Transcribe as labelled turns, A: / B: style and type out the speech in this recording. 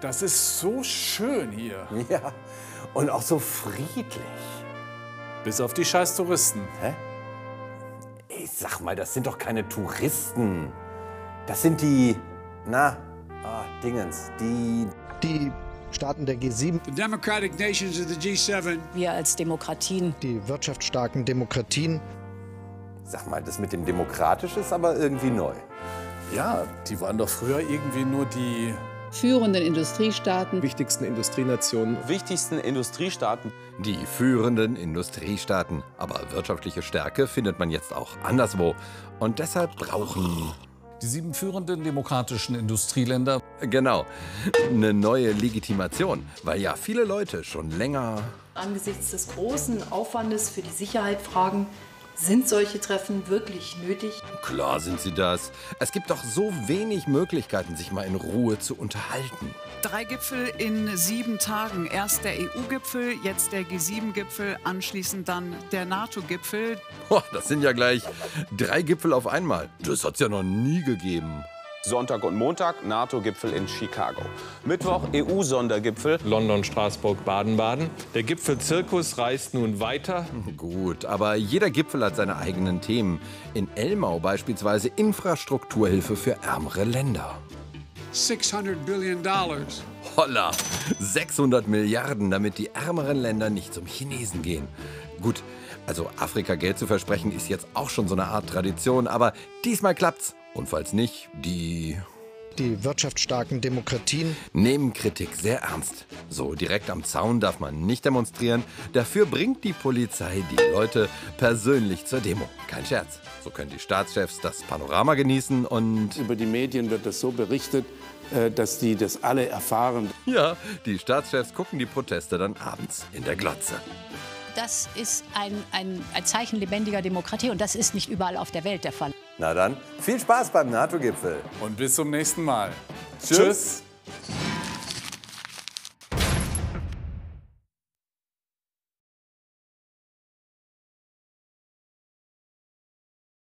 A: Das ist so schön hier.
B: Ja, und auch so friedlich.
A: Bis auf die scheiß Touristen.
B: Ey, sag mal, das sind doch keine Touristen. Das sind die, na, ah, Dingens, die...
C: Die Staaten der G7,
D: The democratic nations of the G7
E: Wir als Demokratien
C: die wirtschaftsstarken Demokratien,
B: Sag mal, das mit dem Demokratisch ist aber irgendwie neu.
A: Ja, die waren doch früher irgendwie nur die
F: führenden Industriestaaten
G: wichtigsten Industrienationen
H: wichtigsten Industriestaaten.
I: Die führenden Industriestaaten. Aber wirtschaftliche Stärke findet man jetzt auch anderswo. Und deshalb brauchen,
J: Die sieben führenden demokratischen Industrieländer
I: genau, eine neue Legitimation. Weil ja viele Leute schon länger
K: Angesichts des großen Aufwandes für die Sicherheit fragen, sind solche Treffen wirklich nötig?
I: Klar sind sie das. Es gibt doch so wenig Möglichkeiten, sich mal in Ruhe zu unterhalten.
L: Drei Gipfel in sieben Tagen. Erst der EU-Gipfel, jetzt der G7-Gipfel, anschließend dann der NATO-Gipfel.
I: Boah, das sind ja gleich drei Gipfel auf einmal. Das hat's ja noch nie gegeben.
H: Sonntag und Montag NATO-Gipfel in Chicago. Mittwoch E EU-Sondergipfel.
G: London, Straßburg, Baden-Baden. Der Gipfelzirkus reist nun weiter.
I: Gut, aber jeder Gipfel hat seine eigenen Themen. In Elmau beispielsweise Infrastrukturhilfe für ärmere Länder.
D: 600 billion dollars.
I: Holla, 600 Milliarden, damit die ärmeren Länder nicht zum Chinesen gehen. Gut, also Afrika Geld zu versprechen ist jetzt auch schon so eine Art Tradition, aber diesmal klappt's. Und falls nicht, die
C: die wirtschaftsstarken Demokratien,
I: nehmen Kritik sehr ernst. So direkt am Zaun darf man nicht demonstrieren. Dafür bringt die Polizei die Leute persönlich zur Demo. Kein Scherz. So können die Staatschefs das Panorama genießen und
G: Über die Medien wird das so berichtet, äh, dass die das alle erfahren.
I: ja, die Staatschefs gucken die Proteste dann abends in der Glotze.
E: das ist ein, ein, ein Zeichen lebendiger Demokratie und das ist nicht überall auf der Welt der Fall.
B: Na dann, viel Spaß beim NATO-Gipfel.
A: und bis zum nächsten Mal. Tschüss.